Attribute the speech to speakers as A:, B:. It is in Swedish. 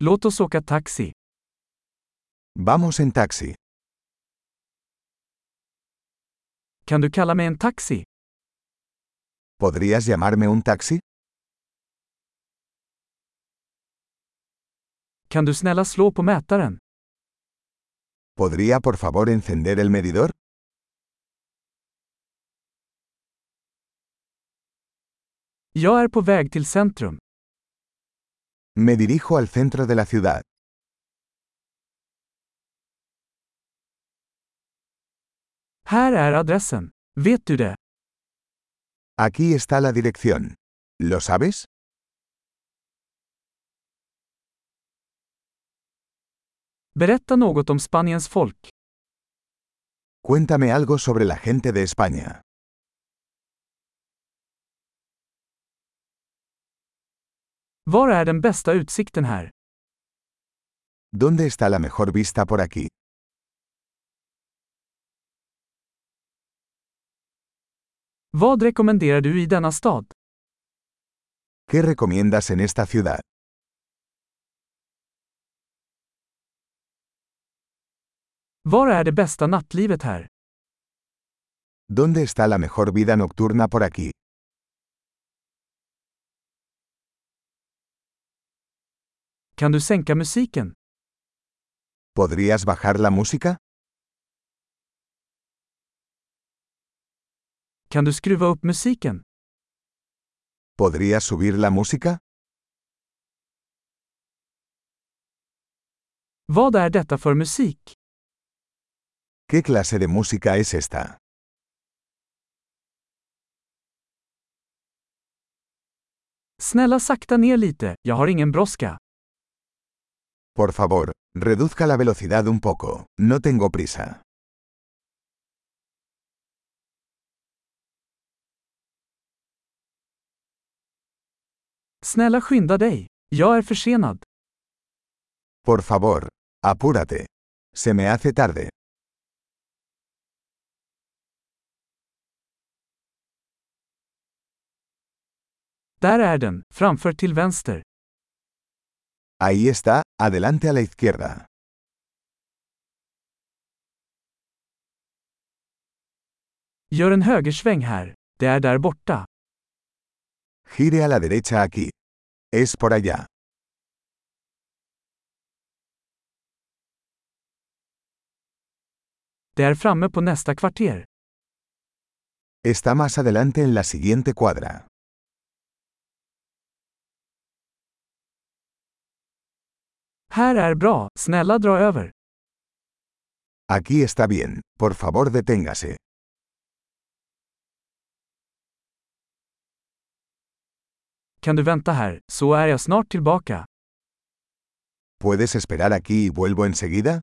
A: Låt oss åka taxi.
B: Vamos en taxi.
A: Kan du kalla mig en taxi?
B: ¿Podrías llamarme un taxi?
A: Kan du snälla slå på mätaren?
B: ¿Podría por favor encender el medidor?
A: Jag är på väg till centrum.
B: Me dirijo al centro de la ciudad.
A: Här är adressen. Vet du det?
B: Aquí está la dirección. ¿Lo sabes?
A: Berätta något om Spaniens folk.
B: Cuéntame algo sobre la gente de España.
A: Var är den bästa utsikten här?
B: ¿Dónde está la mejor vista por aquí?
A: Vad rekommenderar du i denna stad?
B: ¿Qué recomiendas en esta ciudad?
A: Var är det bästa nattlivet här?
B: ¿Dónde está la mejor vida nocturna por aquí?
A: Kan du sänka musiken?
B: ¿Podrías bajar la música?
A: Kan du skruva upp musiken?
B: ¿Podrías subir la música?
A: Vad är detta för musik?
B: ¿Qué clase de música es esta?
A: Snälla sakta ner lite, jag har ingen brådska.
B: Por favor, reduzca la velocidad un poco. No tengo prisa.
A: Snälla skynda dig. Jag är försenad.
B: Por favor, apúrate. Se me hace tarde.
A: Där är den, framför till vänster.
B: Ahí está, adelante a la izquierda.
A: Gör en högersväng här. Det är där borta.
B: Gire a la derecha aquí. Es por allá.
A: Det är framme på nästa kvarter.
B: Está más adelante en la siguiente cuadra.
A: Här är bra, snälla dra över.
B: Aquí está bien, por favor deténgase.
A: Kan du vänta här, så är jag snart tillbaka.
B: ¿Puedes esperar aquí y vuelvo enseguida?